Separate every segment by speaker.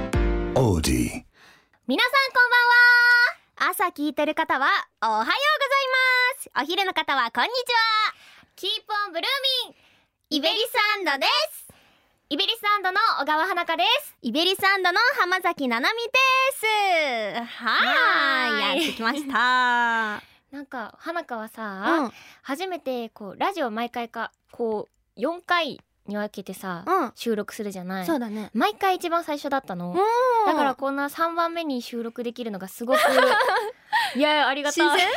Speaker 1: オーディ
Speaker 2: 皆さんこんばんは朝聞いてる方はおはようございますお昼の方はこんにちはキープオンブルーミンイベリサンドですイベリサンドの小川花香ですイベリサンドの浜崎ななみですは
Speaker 3: は
Speaker 2: ー
Speaker 3: ー
Speaker 2: い
Speaker 3: い
Speaker 2: やってきました
Speaker 3: なんか花香はさ、
Speaker 2: うん
Speaker 3: 初めてこうラジオ毎回かこう4回に分けてさ、
Speaker 2: うん
Speaker 3: 収録するじゃない
Speaker 2: そうだね
Speaker 3: 毎回一番最初だったの、だからこんな3番目に収録できるのがすごく いやありがたい
Speaker 2: 新鮮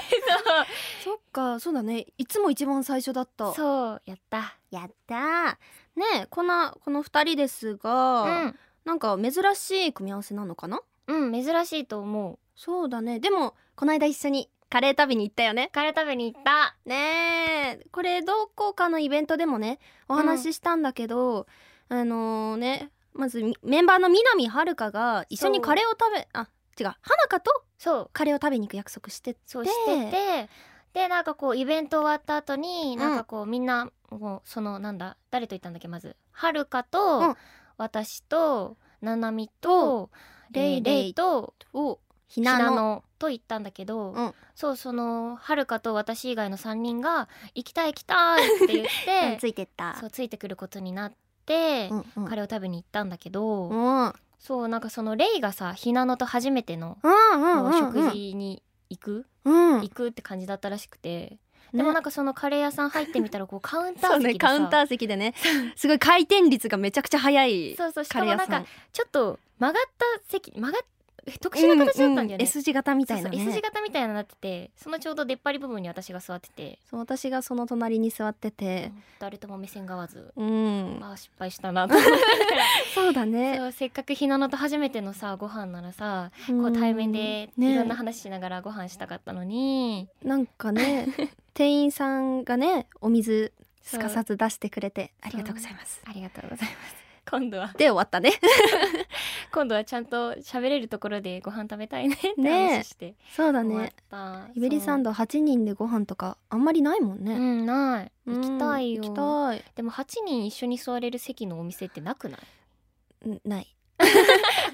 Speaker 2: そっかそうだ ねいつも一番最初だっ
Speaker 3: そ
Speaker 2: た
Speaker 3: うそうやった
Speaker 2: やったーねえこんなこの二人ですが、
Speaker 3: う
Speaker 2: なんか珍しい組み合わせなのかなん
Speaker 3: うん珍しいと思う
Speaker 2: そうだねでもこの間一緒にカレー食べに行ったよね
Speaker 3: カレー食べに行った
Speaker 2: ねえこれどこかのイベントでもねお話ししたんだけど、あのねまずみメンバーの南遥かが一緒にカレーを食べあ違う花香と
Speaker 3: そう
Speaker 2: カレーを食べに行く約束して
Speaker 3: そうしててでなんかこうイベント終わった後に
Speaker 2: ん
Speaker 3: なんかこうみんなもうそのなんだ誰と行ったんだっけまずはるか
Speaker 2: う
Speaker 3: と
Speaker 2: ん
Speaker 3: 私とななみと
Speaker 2: レ
Speaker 3: レ
Speaker 2: イ
Speaker 3: イ
Speaker 2: レイ
Speaker 3: レイと
Speaker 2: お
Speaker 3: ひ
Speaker 2: ひな
Speaker 3: な
Speaker 2: の
Speaker 3: のと行ったんだけど
Speaker 2: うん
Speaker 3: そうそのはるかと私以外の3人が「行きたい行きたい」って言っ
Speaker 2: うん
Speaker 3: て
Speaker 2: ついてった
Speaker 3: そうついてくることになって
Speaker 2: うんうん
Speaker 3: カレーを食べに行ったんだけど
Speaker 2: うん
Speaker 3: そうなんかそのレイがさひなのと初めての
Speaker 2: うん
Speaker 3: も
Speaker 2: う
Speaker 3: うん食事に行く
Speaker 2: うん、
Speaker 3: 行くって感じだったらしくてでもなん
Speaker 2: か
Speaker 3: かそのカレー屋さん入ってみたらこうカウンター
Speaker 2: そう
Speaker 3: 席で
Speaker 2: ね
Speaker 3: さ
Speaker 2: カウンター席でねすごい回転率がめちゃくちゃ速い
Speaker 3: そうそうし
Speaker 2: カ
Speaker 3: か
Speaker 2: レー
Speaker 3: も
Speaker 2: 屋
Speaker 3: な
Speaker 2: さ
Speaker 3: ん
Speaker 2: ん
Speaker 3: かちょっと曲がった席曲がっ特殊な形だったんだよね、
Speaker 2: うう S 字型みたいなね
Speaker 3: そうそう S 字型みたいになっててそのちょうど出っ張り部分に私が座ってて、
Speaker 2: そう私がその隣に座ってて
Speaker 3: 誰とも目線が合わず
Speaker 2: うん
Speaker 3: ああ失敗した なと思って
Speaker 2: そう
Speaker 3: た
Speaker 2: だ
Speaker 3: か
Speaker 2: ね
Speaker 3: らせっかくひなのと初めてのさご飯ならさこ
Speaker 2: う
Speaker 3: うん対面でいろんな
Speaker 2: ね
Speaker 3: 話しながらご飯したかったのに、
Speaker 2: なん かね店員さんがねお水すかさず出してくれてあ
Speaker 3: う
Speaker 2: りがとうございます
Speaker 3: ありがとうございます今度は
Speaker 2: で終わったね
Speaker 3: 今度はちゃんと喋れるところでご飯食べたいねって
Speaker 2: ね
Speaker 3: 話して、
Speaker 2: そうだ
Speaker 3: 終わっ
Speaker 2: ね
Speaker 3: た
Speaker 2: イベリサン
Speaker 3: ド
Speaker 2: ド8人でご飯とかあんまりないもん
Speaker 3: う
Speaker 2: ね、
Speaker 3: んない行きたいよ
Speaker 2: うん行きたい
Speaker 3: でも八人一緒に座れる席のお店ってなくない
Speaker 2: んない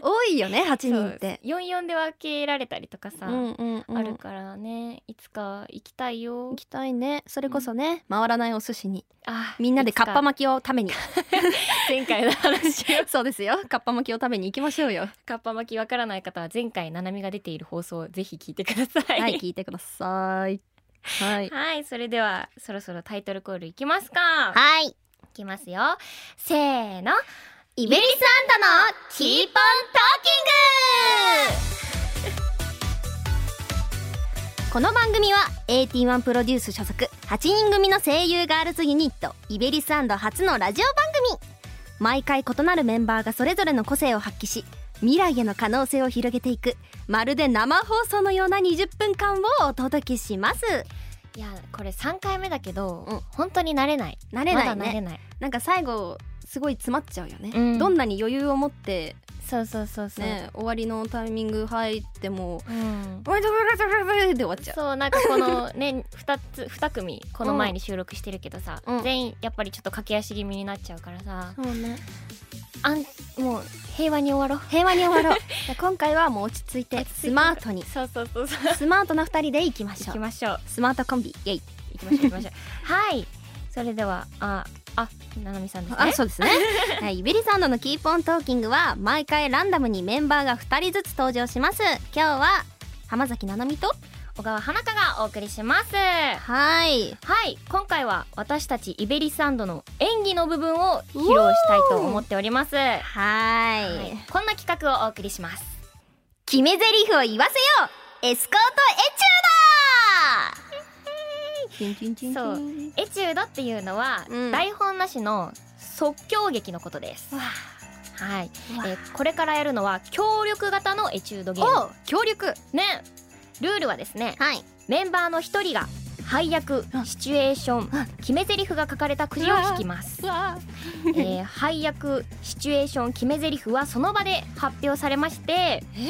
Speaker 2: 多いよね8人って
Speaker 3: 四四で分けられたりとか
Speaker 2: う
Speaker 3: さ、
Speaker 2: んうんうん
Speaker 3: あるからねいつか行きたいよ
Speaker 2: 行きたいねそれこそね、回らないお寿司に
Speaker 3: あ
Speaker 2: みんなでかっぱ
Speaker 3: ま
Speaker 2: 巻きを食べに
Speaker 3: 前回の話
Speaker 2: そうですよかっぱ巻きを食べに行きましょうよ
Speaker 3: かっぱ巻きわからない方は前回ななみが出ている放送ぜひ聞いてください
Speaker 2: はい、聞いてください。はい。
Speaker 3: はいそれではそろそろタイトルコールいきますか
Speaker 2: はい。
Speaker 3: いきますよせーの
Speaker 2: イ
Speaker 3: ベリ
Speaker 2: サンドの
Speaker 3: キー
Speaker 2: プ
Speaker 3: ポントーキング
Speaker 2: この番組は AT1 プロデュース所属8人組の声優ガールズユニットイベリサンド初のラジオ番組毎回異なるメンバーがそれぞれの個性を発揮し未来への可能性を広げていくまるで生放送のような20分間をお届けします
Speaker 3: いやこれ3回目だけど、
Speaker 2: うん
Speaker 3: 本当に慣れない
Speaker 2: 慣れない
Speaker 3: まだ慣れ
Speaker 2: ね
Speaker 3: ない
Speaker 2: なんか最後すごい詰まっちゃうよね、
Speaker 3: うん
Speaker 2: どんなに余裕を持って
Speaker 3: そうそうそうそう、
Speaker 2: ね終わりのタイミング入って も
Speaker 3: うん
Speaker 2: おめでとうございますで終わっちゃう
Speaker 3: そうなんかこのね2つ二組この前に収録してるけどさ、
Speaker 2: うん
Speaker 3: 全員やっぱりちょっと駆け足気味になっちゃうからさ、
Speaker 2: そうね
Speaker 3: あんもう平和に終わろう
Speaker 2: 平和に終わろ うじゃあ今回はもう落ち着いてスマートに
Speaker 3: そうそうそうそう
Speaker 2: スマートな2人でいきまし
Speaker 3: 行
Speaker 2: ょ
Speaker 3: き
Speaker 2: う
Speaker 3: ましょう
Speaker 2: スマートコンビイエイ
Speaker 3: 行きましょう行きましょう はいそれではああななみさんです
Speaker 2: あ
Speaker 3: ね
Speaker 2: そうですね、 はい、イベリサンドのキーポントーキングは毎回ランダムにメンバーが2人ずつ登場します今日は浜崎ななみと
Speaker 3: 小川花香がお送りします
Speaker 2: はい
Speaker 3: はい今回は私たちイベリサンドの演技の部分を披露したいと思っております
Speaker 2: はい
Speaker 3: はいこんな企画をお送りします
Speaker 2: 決め台詞を言わせようエスコートエチュード
Speaker 3: そうエチュードっていうのは、
Speaker 2: うん
Speaker 3: 台本なしの即興劇のことです
Speaker 2: わ
Speaker 3: はい、
Speaker 2: うわ
Speaker 3: えーこれからやるのは協力型のエチュードゲー
Speaker 2: お協力
Speaker 3: ムねルールはですね
Speaker 2: はい
Speaker 3: メンバーの一人が配役
Speaker 2: あ
Speaker 3: シチュエーショ
Speaker 2: あ
Speaker 3: ン決め台詞が書かれたくじを引きます、
Speaker 2: わ
Speaker 3: えー配役シチュエーション決め台詞はその場で発表されまして
Speaker 2: え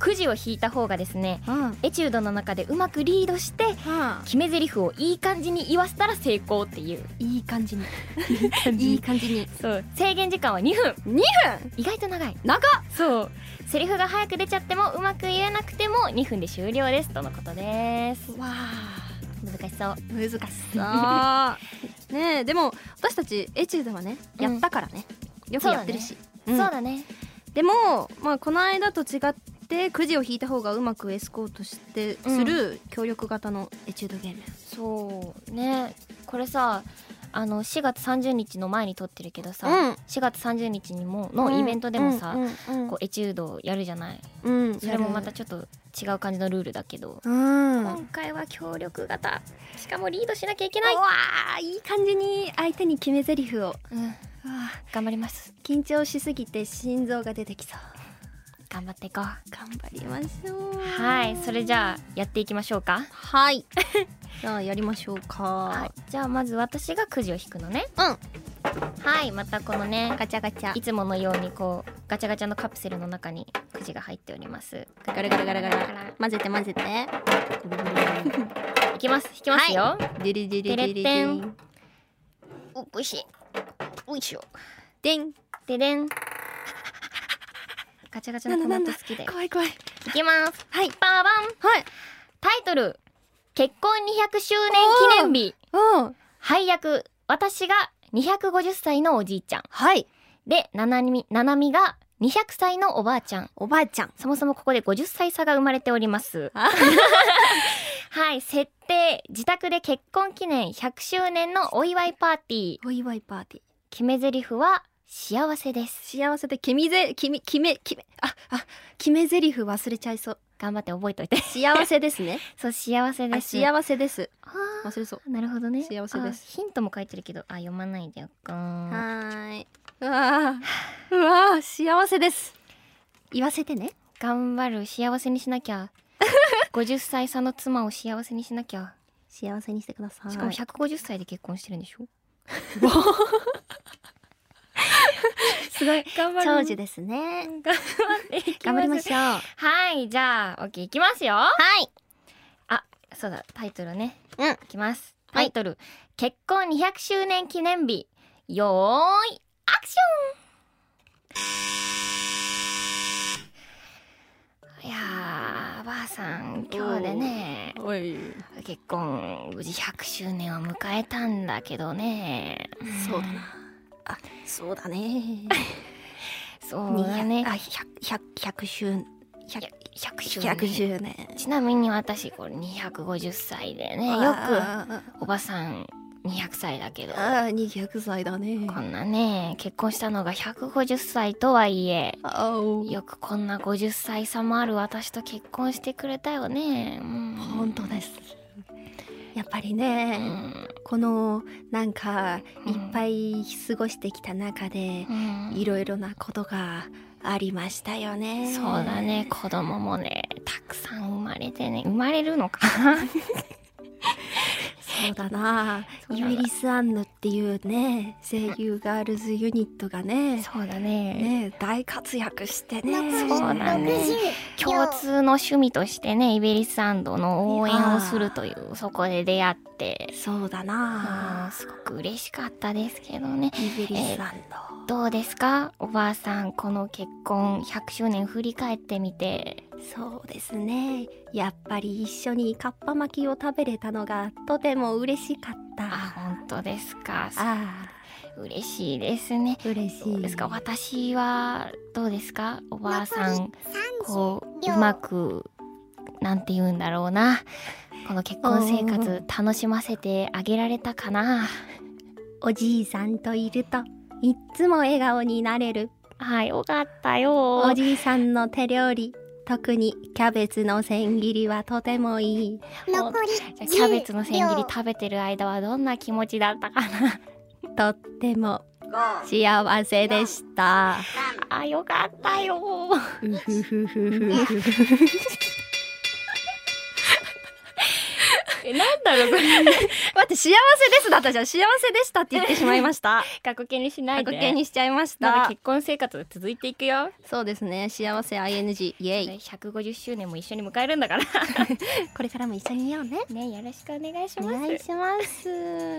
Speaker 3: くじを引いた方がですね
Speaker 2: うん、は
Speaker 3: エチュードの中でうまくリードして
Speaker 2: あ、
Speaker 3: 決め台詞をいい感じに言わせたら成功って いう
Speaker 2: いい感じに
Speaker 3: 感
Speaker 2: いい感じに
Speaker 3: そう制限時間は2分
Speaker 2: 2分
Speaker 3: 意外と長い
Speaker 2: 長っ
Speaker 3: そうセリフが早く出ちゃってもうまく言えなくても2分で終了ですとのことです
Speaker 2: わ
Speaker 3: 難しそう
Speaker 2: 難しそうねえでも私たちエチュードはね
Speaker 3: うん
Speaker 2: やったからね、よくやってるし
Speaker 3: そう
Speaker 2: うん
Speaker 3: だね
Speaker 2: でも、まあ、この間と違ってくじを引いた方がうまくエスコートしてする協力型のエチュードゲーム、
Speaker 3: そうねこれさあの4月30日の前に撮ってるけどさ、
Speaker 2: うん
Speaker 3: 4月30日にものイベントでもさ、
Speaker 2: うん
Speaker 3: こうエチュードをやるじゃない
Speaker 2: うん
Speaker 3: それもまたちょっと違う感じのルールだけど、
Speaker 2: うん
Speaker 3: 今回は協力型しかもリードしなきゃいけな
Speaker 2: ないい、わあいい感じに相手に決め台詞を
Speaker 3: うん、
Speaker 2: あ
Speaker 3: 頑張ります
Speaker 2: 緊張しすぎて心臓が出てきそう
Speaker 3: 頑張っていこう
Speaker 2: 頑張りましょう
Speaker 3: はいそれじゃあやっていきましょうか
Speaker 2: はい じゃあやりましょうか
Speaker 3: じゃあまず私がくじを引くのね
Speaker 2: うん
Speaker 3: はいまたこのね
Speaker 2: ガチャガチャ
Speaker 3: いつものようにこうガチャガチャのカプセルの中にくじが入っております
Speaker 2: ガラガラガラガラ混ぜて混ぜて
Speaker 3: いきます引きますよ、
Speaker 2: デリデリデリデ
Speaker 3: てれっ
Speaker 2: ン
Speaker 3: おいしいおいしょ
Speaker 2: デン
Speaker 3: ででんガチャガチャのトマト好きだよ
Speaker 2: 怖い怖い
Speaker 3: いきますはいババン
Speaker 2: はい
Speaker 3: タイトル結婚200周年記念日
Speaker 2: おー
Speaker 3: 配役私が250歳のおじいちゃん
Speaker 2: はい
Speaker 3: でななみななみが200歳のおばあちゃん
Speaker 2: おばあちゃん
Speaker 3: そもそもここで50歳差が生まれております。
Speaker 2: あ
Speaker 3: はい、設定自宅で結婚記念100周年のお祝いパーティー。
Speaker 2: お祝いパーティー
Speaker 3: 決め台詞は幸せです。
Speaker 2: 幸せで決めぜ決め決め決めああ決め台詞忘れちゃいそう
Speaker 3: 頑張って覚えといて。
Speaker 2: 幸せですね
Speaker 3: そう幸せ
Speaker 2: あ
Speaker 3: です。
Speaker 2: 幸せです
Speaker 3: あ
Speaker 2: 忘れそう
Speaker 3: ーなるほどね。
Speaker 2: 幸せです
Speaker 3: あ。ヒントも書いてるけど、あ読まないでよっか。
Speaker 2: はい。うわーうわー幸せです。言わせてね。
Speaker 3: 頑張る幸せにしなき ゃ。50歳差の妻を幸せにしなきゃ。
Speaker 2: 幸せにしてください。
Speaker 3: しかも150歳で結婚してるんでしょ。 すごい頑張る。
Speaker 2: 長寿ですね。
Speaker 3: 頑張っていきます
Speaker 2: 頑張りましょう。
Speaker 3: はいじゃあオッケーいきますよ
Speaker 4: はい
Speaker 3: そうだタイトルね
Speaker 2: うん
Speaker 3: いきますタ
Speaker 2: はい
Speaker 3: イトル、結婚200周年記念日よーいアクションいやーばあさん今日でね
Speaker 2: おい。
Speaker 3: 結婚無事100周年を迎えたんだけどね
Speaker 2: そうだな。あ、そう だね。
Speaker 3: そうだね
Speaker 2: あ、百百百周百
Speaker 3: 100周
Speaker 2: 百
Speaker 3: 年
Speaker 2: 周年。
Speaker 3: ちなみに私これ250歳でねよく
Speaker 2: あ
Speaker 3: おばさん200歳だけど
Speaker 2: あ、二百歳だね。
Speaker 3: こんなね結婚したのが150歳とはいえ
Speaker 2: あお。
Speaker 3: よくこんな50歳差もある私と結婚してくれたよね、うん、
Speaker 2: 本当です。やっぱり
Speaker 3: う
Speaker 2: ね、
Speaker 3: ん
Speaker 2: このなんか
Speaker 3: うん
Speaker 2: いっぱい過ごしてきた中で。
Speaker 3: うん
Speaker 2: いろいろなことがありましたよね。
Speaker 3: そうだね子供もねたくさん生まれてね生まれるのか
Speaker 2: そうだな。
Speaker 3: そう
Speaker 2: イ
Speaker 3: だな
Speaker 2: ベリス・アンヌっていうね、声優ガールズユニットがね、
Speaker 3: そうだね
Speaker 2: ね大活躍してね。
Speaker 3: そうだね共通の趣味としてねイベリスサンドの応援をするというそこで出会って、
Speaker 2: そうだ
Speaker 3: う
Speaker 2: な。
Speaker 3: ん、すごく嬉しかったですけどね
Speaker 2: イベリス・アンヌ。
Speaker 3: どうですかおばあさんこの結婚100周年振り返ってみて
Speaker 2: そうですね。やっぱり一緒にカッパ巻きを食べれたのがとても嬉しかった。
Speaker 3: あ本当ですか
Speaker 2: あ
Speaker 3: 嬉しいですね
Speaker 2: あ、嬉し
Speaker 3: どう
Speaker 2: い。
Speaker 3: ですか私はどうですかおばあさん
Speaker 4: こ
Speaker 3: こう
Speaker 4: 秒
Speaker 3: うまくなんて言うんだろうなこの結婚生
Speaker 2: うん
Speaker 3: 活楽しませてあげられたかな
Speaker 2: おじいさんといると、いっつも笑顔になれる
Speaker 3: はいよかったよ
Speaker 2: おじいさんの手料理特にキャベツの千切りはとてもいい
Speaker 4: 残り
Speaker 3: キャベツの千切り
Speaker 4: 10秒
Speaker 3: 食べてる間はどんな気持ちだったか な
Speaker 2: とっても幸せでした
Speaker 3: あよかったよ
Speaker 2: うふふふふ
Speaker 3: えなんだろうこれ
Speaker 2: 待って幸せですだったじゃん幸せでしたって言ってしまいま した
Speaker 3: 過去形にしない
Speaker 2: 過
Speaker 3: で
Speaker 2: 去形にしちゃいまし
Speaker 3: まだ
Speaker 2: た
Speaker 3: 結婚生活が続いていくよ
Speaker 2: そうですね幸せ ING イエイ
Speaker 3: 150周年も一緒に迎えるんだから
Speaker 2: これからも一緒にやようね
Speaker 3: ねよろしくお願いし
Speaker 2: お
Speaker 3: ます
Speaker 2: 願いします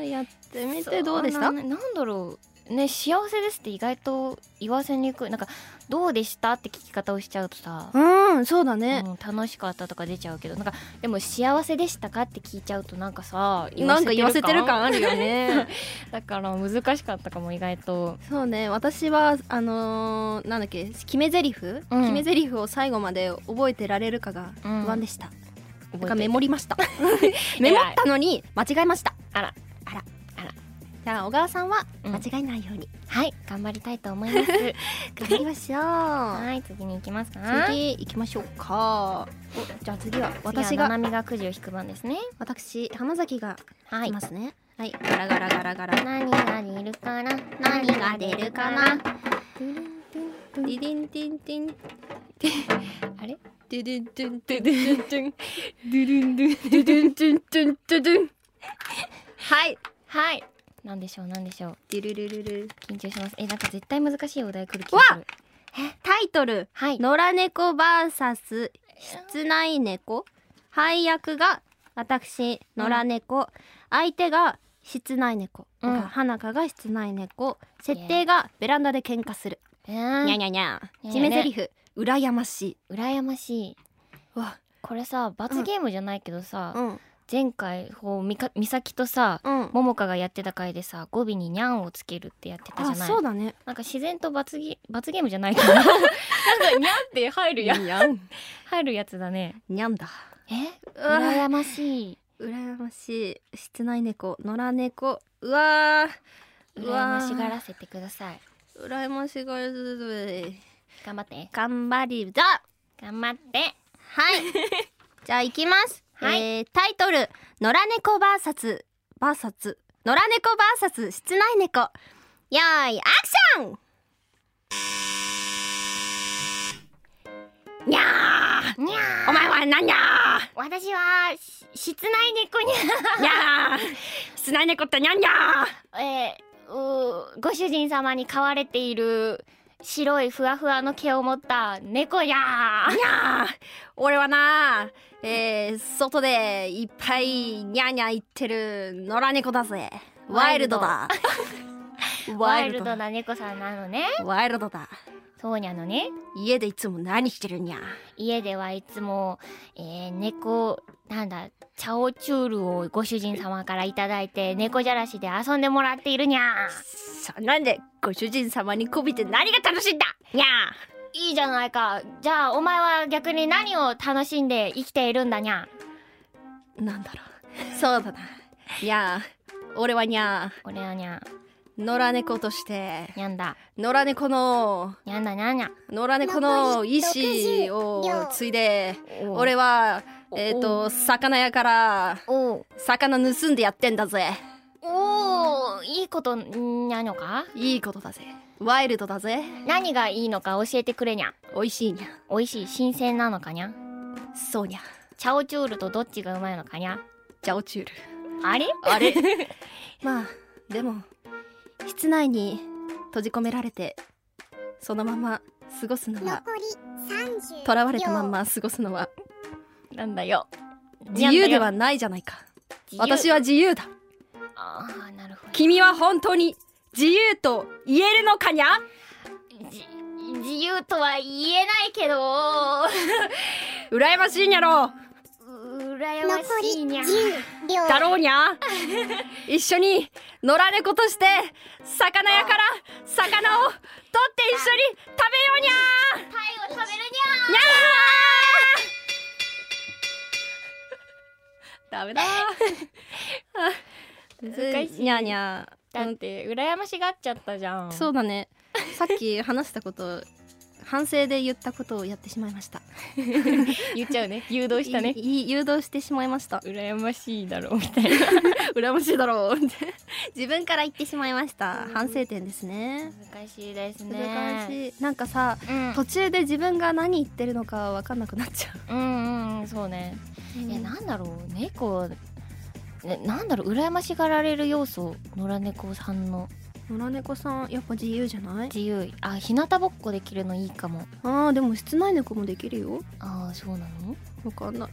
Speaker 2: やってみてどうでした
Speaker 3: そうなのなんだろうね幸せですって意外と言わせにくいなんかどうでしたって聞き方をしちゃうとさ、
Speaker 2: うんそうだね、
Speaker 3: うん楽しかったとか出ちゃうけどなんかでも幸せでしたかって聞いちゃうとなんかさ
Speaker 2: なんか言わせてる感あるよね
Speaker 3: だから難しかったかも意外と
Speaker 2: そうね私はあのーなんだっけ決め台詞、フ
Speaker 3: うん
Speaker 2: 決め台詞を最後まで覚えてられるかが
Speaker 3: うん
Speaker 2: 不安でした、
Speaker 3: 覚え
Speaker 2: だ
Speaker 3: て
Speaker 2: から
Speaker 3: る
Speaker 2: メモりま したメモったのに間違えました
Speaker 3: あら
Speaker 2: あら
Speaker 3: あら
Speaker 2: じゃあ小川さんは
Speaker 3: うん
Speaker 2: 間違えないように
Speaker 3: はい頑張りたいと思います
Speaker 2: 頑張りましょう
Speaker 3: はい次に行きますか
Speaker 2: 次行きましょうかおじゃあ次は私
Speaker 3: 私が
Speaker 2: が
Speaker 3: ななみがくじを引く番ですね
Speaker 2: 私浜崎が
Speaker 3: はい
Speaker 2: いますねはい、ガラガラガラガラ
Speaker 3: 何が出るかな
Speaker 4: 何が出るかな
Speaker 2: ディディンディンディン
Speaker 3: あれ
Speaker 2: ドゥドゥンドゥンドゥドゥンドゥンドゥンドゥンドゥドゥンドゥンドゥンドゥドゥンはい
Speaker 3: はいなんでしょうなんでしょう
Speaker 2: ドゥルルルル
Speaker 3: 緊張しますえなんか絶対難しいお題来る気がする
Speaker 2: タイトル
Speaker 3: はい
Speaker 2: 野良猫バーサス室内猫配役が私野良猫、相手が室内猫、
Speaker 3: うん
Speaker 2: だから花香が室内猫設定がベランダで喧嘩する、
Speaker 3: え
Speaker 2: に
Speaker 3: ー、
Speaker 2: ゃにゃにゃ
Speaker 3: にゃ
Speaker 2: 決め台詞羨ましい
Speaker 3: 羨ましい
Speaker 2: わ
Speaker 3: これさ罰ゲームじゃないけどさ、
Speaker 2: うん
Speaker 3: 前回こうみか美咲とさ
Speaker 2: うん
Speaker 3: ももかがやってた回でさ語尾ににゃんをつけるってやってたじゃ
Speaker 2: あ
Speaker 3: ない
Speaker 2: そうだね
Speaker 3: なんか自然と罰ゲ罰ゲームじゃないけどなんかにゃんって入るや
Speaker 2: にゃん
Speaker 3: 入るやつだね
Speaker 2: にゃんだ
Speaker 3: え
Speaker 2: うわ
Speaker 3: 羨ましい
Speaker 2: 羨ましい室内猫野良猫うわーう
Speaker 3: 羨
Speaker 2: わ
Speaker 3: ま
Speaker 2: ー
Speaker 3: しがらせてください
Speaker 2: 羨ましがるぜ
Speaker 3: 頑張って
Speaker 2: 頑張りだ
Speaker 3: 頑張って
Speaker 2: はい。じゃあ行きます。
Speaker 3: はい
Speaker 2: えータイトル野良猫バーサスバーサス野良猫バーサス室内猫。よーいアクション。にゃ
Speaker 4: にゃ
Speaker 2: ーお前はなん にゃ
Speaker 4: 私はし室内猫に
Speaker 2: ーにゃー室内猫ってにゃんにゃ
Speaker 4: ゃえーうーご主人様に飼われている白いふわふわの毛を持った猫や
Speaker 2: ーにゃー俺はなえー外でいっぱいにゃーにゃー言ってる野良猫だぜワイルドだ
Speaker 4: ワイルドな猫さんなのね
Speaker 2: ワイルドだ
Speaker 4: そうにゃのね
Speaker 2: 家でいつも何してるにゃ
Speaker 4: 家ではいつも、えー猫なんだチャオチュールをご主人様からいただいて猫じゃらしで遊んでもらっているにゃ
Speaker 2: そんなんでご主人様にこびて何が楽しいんだにゃ
Speaker 4: いいじゃないかじゃあお前は逆に何を楽しんで生きているんだにゃ
Speaker 2: なんだろうそうだなにゃ俺はにゃ
Speaker 4: 俺はにゃ
Speaker 2: 野良猫として
Speaker 4: にゃんだ
Speaker 2: 野良猫の
Speaker 4: にゃんだにゃんにゃん
Speaker 2: 野良猫の意思を継いで俺はえっ、と魚屋から
Speaker 4: おう
Speaker 2: 魚盗んでやってんだぜ
Speaker 4: おういいことにゃのか
Speaker 2: いいことだぜワイルドだぜ
Speaker 4: 何がいいのか教えてくれにゃ
Speaker 2: 美味しいにゃ
Speaker 4: 美味しい新鮮なのかにゃ
Speaker 2: そうにゃ
Speaker 4: チャオチュールとどっちがうまいのかにゃ
Speaker 2: ジャオチュール
Speaker 4: あれ
Speaker 2: あ れ まあでも室内に閉じ込められてそのまま過ごすのは囚われたまんま過ごすのは
Speaker 3: なんだよ
Speaker 2: 自由ではないじゃないか私
Speaker 3: は
Speaker 2: は自由だ
Speaker 4: ああなるほど
Speaker 2: 君は本当に自由と言えるのかにゃ
Speaker 4: じ自由とは言えないけど
Speaker 2: 羨ましいにゃろ
Speaker 4: う羨ましいにゃ
Speaker 2: だろうに ゃ一緒に野良猫として魚屋から魚を取って一緒に食べようにゃ
Speaker 4: タイを食べる
Speaker 2: にゃー ダメだー
Speaker 3: 難しい
Speaker 2: にゃーにゃ
Speaker 3: だって羨ましがっちゃったじゃん
Speaker 2: ーそうだねさっき話したこと反省で言ったことをやってしまいました
Speaker 3: 言っちゃうね誘導したね
Speaker 2: いいい誘導してしまいました
Speaker 3: 羨ましいだろうみたいな
Speaker 2: 羨ましいだろうって自分から言ってしまいました反省点ですね
Speaker 4: 難しいですね
Speaker 2: 難しいなんかさ
Speaker 4: うん
Speaker 2: 途中で自分が何言ってるのか分かんなくなっちゃう
Speaker 3: うんうんそうねいや
Speaker 2: うん
Speaker 3: なんだろう猫ねなんだろう羨ましがられる要素野良猫さんの
Speaker 2: 野良猫さんやっぱ自由じゃない
Speaker 3: 自由あ日向ぼっこできるのいいかも
Speaker 2: あーでも室内猫もできるよ
Speaker 3: ああそうなの
Speaker 2: わかんない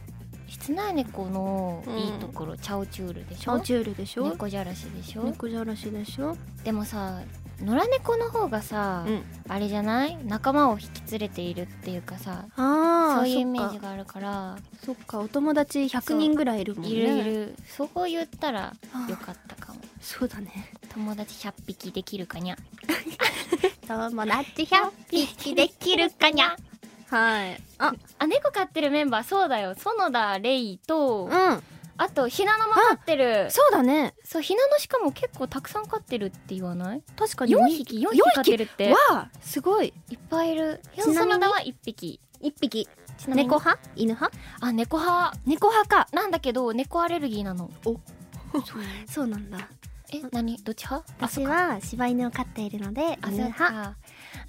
Speaker 3: 室内猫の
Speaker 2: うん
Speaker 3: いいところ、チャオチュールでし
Speaker 2: チャオ
Speaker 3: ょ
Speaker 2: チュールでしょ
Speaker 3: 猫じゃらしでしょ
Speaker 2: 猫じゃらしでしょ
Speaker 3: でもさ野良猫の方がさ、
Speaker 2: うん
Speaker 3: あれじゃない仲間を引き連れているっていうかさ
Speaker 2: あ
Speaker 3: そ
Speaker 2: そうう
Speaker 3: い
Speaker 2: いうう
Speaker 3: イ
Speaker 2: イ
Speaker 3: メ
Speaker 2: メ
Speaker 3: ー
Speaker 2: ー
Speaker 3: ジ
Speaker 2: ジ
Speaker 3: があるから
Speaker 2: そっかお友達100人ぐらいいるもんね
Speaker 3: いるいるそう言ったら
Speaker 2: あー
Speaker 3: よかったかも
Speaker 2: そうだね
Speaker 3: 友達100匹できるかにゃ
Speaker 2: 友達
Speaker 4: 100匹できるかにゃ
Speaker 2: はいあ
Speaker 3: あ猫飼ってるメンバーそうだよ園田レイと、
Speaker 2: うん
Speaker 3: あとひなのも飼ってる
Speaker 2: そうだね
Speaker 3: そうひなのしかも結構たくさん飼ってるって言わない
Speaker 2: 確かに
Speaker 3: 4匹4匹飼ってるって
Speaker 2: わあすごい
Speaker 3: いっぱいいる
Speaker 2: ちなみに
Speaker 3: その名は1匹
Speaker 2: 一匹
Speaker 3: ちなみに
Speaker 2: 猫派犬派
Speaker 3: あ猫派
Speaker 2: 猫派か
Speaker 3: なんだけど猫アレルギーなの
Speaker 2: そうなんだ
Speaker 3: え何どっち派あ
Speaker 4: 私は柴犬を飼っているので
Speaker 3: あ
Speaker 4: 犬
Speaker 3: そう
Speaker 4: 派
Speaker 3: か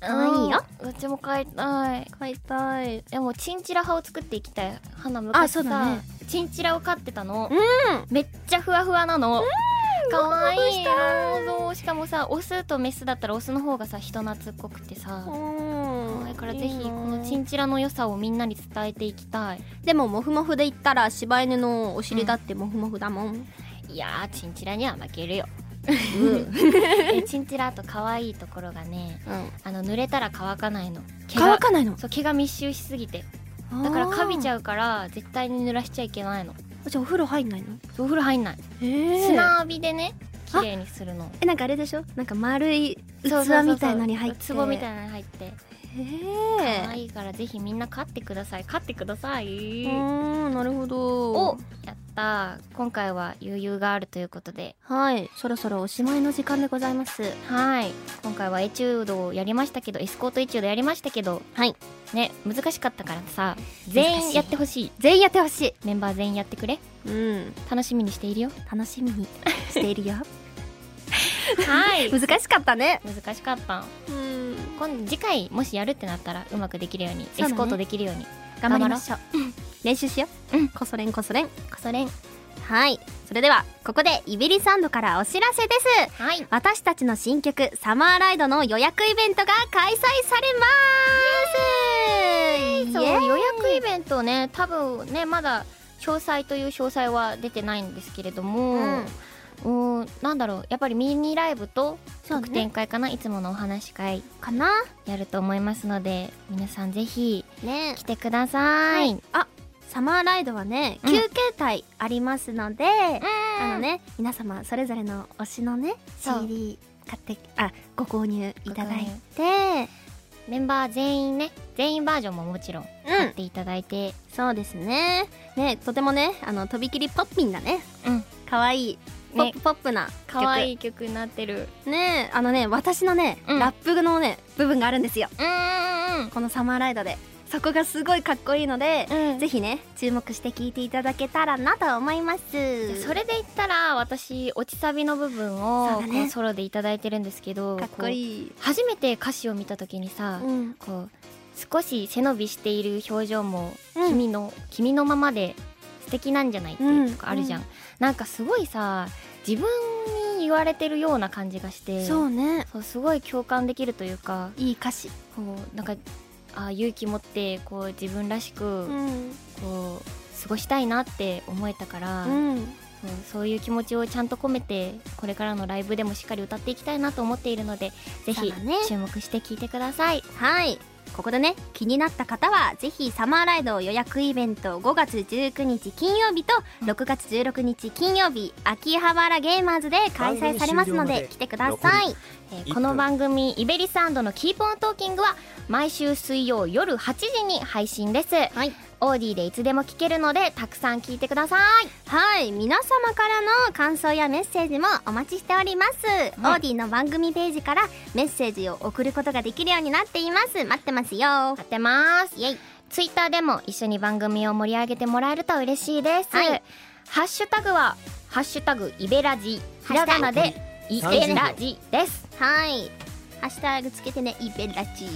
Speaker 4: 可愛いよ
Speaker 3: うんうちも飼いたい
Speaker 2: 飼いたい
Speaker 3: でもチンチラ派を作っていきたい花昔さ
Speaker 2: あそうだね
Speaker 3: チンチラを飼ってたの、
Speaker 2: うん
Speaker 3: めっちゃふわふわなの、かわいいよそうしかもさオスとメスだったらオスの方がさ人懐っこくてさ可愛いからぜひこのチンチラの良さをみんなに伝えていきたい
Speaker 2: でもモフモフで言ったら柴犬のお尻だってモフモフだもん、
Speaker 3: いやーチンチラには負けるよ
Speaker 2: うん、
Speaker 3: えチンチラあと可愛いところがねあの濡れたら乾かないの毛
Speaker 2: 乾
Speaker 3: が
Speaker 2: かないの
Speaker 3: そう毛が密集しすぎてだからカビち
Speaker 2: ゃ
Speaker 3: ゃうから絶対に濡らしちゃいけないの
Speaker 2: うじゃあお風呂入んないの
Speaker 3: そうお風呂入んない
Speaker 2: えー
Speaker 3: 砂浴びでね
Speaker 2: あ
Speaker 3: 綺麗にするの
Speaker 2: えなんかあれでしょなんか丸い器
Speaker 3: そうそうそうそう
Speaker 2: みたいのに入って
Speaker 3: 壺みた
Speaker 2: い
Speaker 3: いなのに入って
Speaker 2: へ
Speaker 3: 可愛いからぜひみんな飼ってください飼ってください
Speaker 2: えうんなるほど
Speaker 3: おやったー今回は余裕があるということで
Speaker 2: はいそろそろおしまいの時間でございます
Speaker 3: はい今回はエチュードをやりましたけどエスコートエチュードやりましたけど
Speaker 2: はい
Speaker 3: ね難しかったからさ全員やってほしい
Speaker 2: 全員やってほし
Speaker 3: メンバー全員やってくれ
Speaker 2: いうん
Speaker 3: 楽しみにしているよ
Speaker 2: 楽し みにしているよ
Speaker 3: はい
Speaker 2: 難しかったね
Speaker 3: 難しかった
Speaker 2: うん
Speaker 3: 今次回もしやるってなったらうまくできるように
Speaker 2: だ
Speaker 3: エ
Speaker 2: ね
Speaker 3: スコートできるように
Speaker 2: 頑張りましょう練習しよう、
Speaker 3: うん
Speaker 2: こそれんこそれん
Speaker 3: こそれん
Speaker 2: はいそれではここでイベリサンドからお知らせです
Speaker 3: はい
Speaker 2: 私たちの新曲「サマーライド」の予約イベントが開催されます
Speaker 3: そう
Speaker 2: イエーイ
Speaker 3: 予約イベントね多分ねまだ詳細という詳細は出てないんですけれども、うん、なんだろうやっぱりミニライブと
Speaker 2: そうね
Speaker 3: 特典会かな、いつものお話し会
Speaker 2: かな
Speaker 3: やると思いますので皆さんぜひ
Speaker 2: ね
Speaker 3: 来てください、
Speaker 2: あサマーライドはね
Speaker 3: うん
Speaker 2: 9形態ありますので、
Speaker 3: あ
Speaker 2: あ
Speaker 3: の
Speaker 2: の
Speaker 3: ね
Speaker 2: ね皆様それぞれの推しのね
Speaker 3: そう
Speaker 2: CD 買ってあご購入いただいて
Speaker 3: メンバー全員ね全員バージョンももちろん買っていただいて、
Speaker 2: そうですねねとてもねあのとびきりポッピンだね
Speaker 3: うん
Speaker 2: 可愛いポ
Speaker 3: ね
Speaker 2: ップポップな曲
Speaker 3: 可愛い曲になってる
Speaker 2: ねあのね私のね、
Speaker 3: うん
Speaker 2: ラップのね部分があるんですよ
Speaker 3: うんうん
Speaker 2: このサマーライドでそこがすごいかっこいいので、
Speaker 3: うん
Speaker 2: ぜひね注目して聞いていただけたらなと思いま
Speaker 3: じゃあ
Speaker 2: す
Speaker 3: それで言ったら私落ちサビの部分
Speaker 2: そう
Speaker 3: を
Speaker 2: だね
Speaker 3: こうソロでいただいてるんですけど
Speaker 2: かっこいい
Speaker 3: こう初めて歌詞を見た時にさ、
Speaker 2: うん
Speaker 3: こう少し背伸びしている表情も
Speaker 2: うん
Speaker 3: 君の、君のままで素敵なんじゃないっていうとかあるじゃん、
Speaker 2: う
Speaker 3: なんかすごいさ自分に言われてるような感じがして
Speaker 2: そうね
Speaker 3: そうすごい共感できるというか
Speaker 2: いい歌詞
Speaker 3: こうなんかあ勇気持ってこう自分らしく
Speaker 2: ん
Speaker 3: こう過ごしたいなって思えたから、
Speaker 2: うん
Speaker 3: そうそういう気持ちをちゃんと込めてこれからのライブでもしっかり歌っていきたいなと思っているのでぜ
Speaker 2: そう
Speaker 3: ひ
Speaker 2: だね
Speaker 3: 注目して聴いてください、
Speaker 2: はいここでね気になった方はぜひサマーライド予約イベント5月19日金曜日と6月16日金曜日秋葉原ゲーマーズで開催されますので来てください
Speaker 3: えー
Speaker 1: 一分
Speaker 3: この番組「イベリスのキープオントーキング」は毎週水曜夜8時に配信です、
Speaker 2: はい
Speaker 3: オーディでいつでも聴けるのでたくさん聴いてください
Speaker 2: はい皆様からの感想やメッセージもお待ちしております、オーディの番組ページからメッセージを送ることができるようになっています待ってますよ
Speaker 3: 待ってます
Speaker 2: イエイ
Speaker 3: ツイッターでも一緒に番組を盛り上げてもらえると嬉しいです、
Speaker 2: はい
Speaker 3: ハッシュタグは「ハッシュタグイベラジ」ひらがなで「イ
Speaker 1: 残
Speaker 3: ベ
Speaker 1: り
Speaker 3: ラジ」です
Speaker 2: はいハッシュタグつけてねイベラチ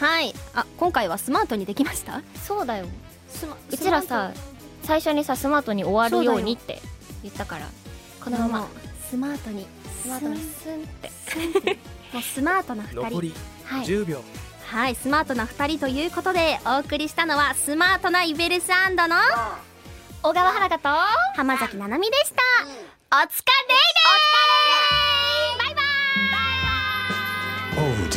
Speaker 2: はいあ今回はスマートにできました
Speaker 3: そうだよ
Speaker 2: スマ
Speaker 3: うちらさ最初にさスマートに終わるようにって言ったからこ
Speaker 2: こ
Speaker 3: の
Speaker 2: のま
Speaker 3: ま
Speaker 2: ま
Speaker 3: ま
Speaker 2: スマートに
Speaker 3: スマートにスンって
Speaker 2: スンスン ってもうスマートな2
Speaker 1: 残
Speaker 2: 人
Speaker 1: り
Speaker 3: はい
Speaker 1: 10秒
Speaker 2: はいスマートな2人ということでお送りしたのはスマートなイベルスアンドの
Speaker 3: 小川原香と
Speaker 2: 浜崎奈々美でした、お疲れですお疲れバイバイバイバイ
Speaker 1: own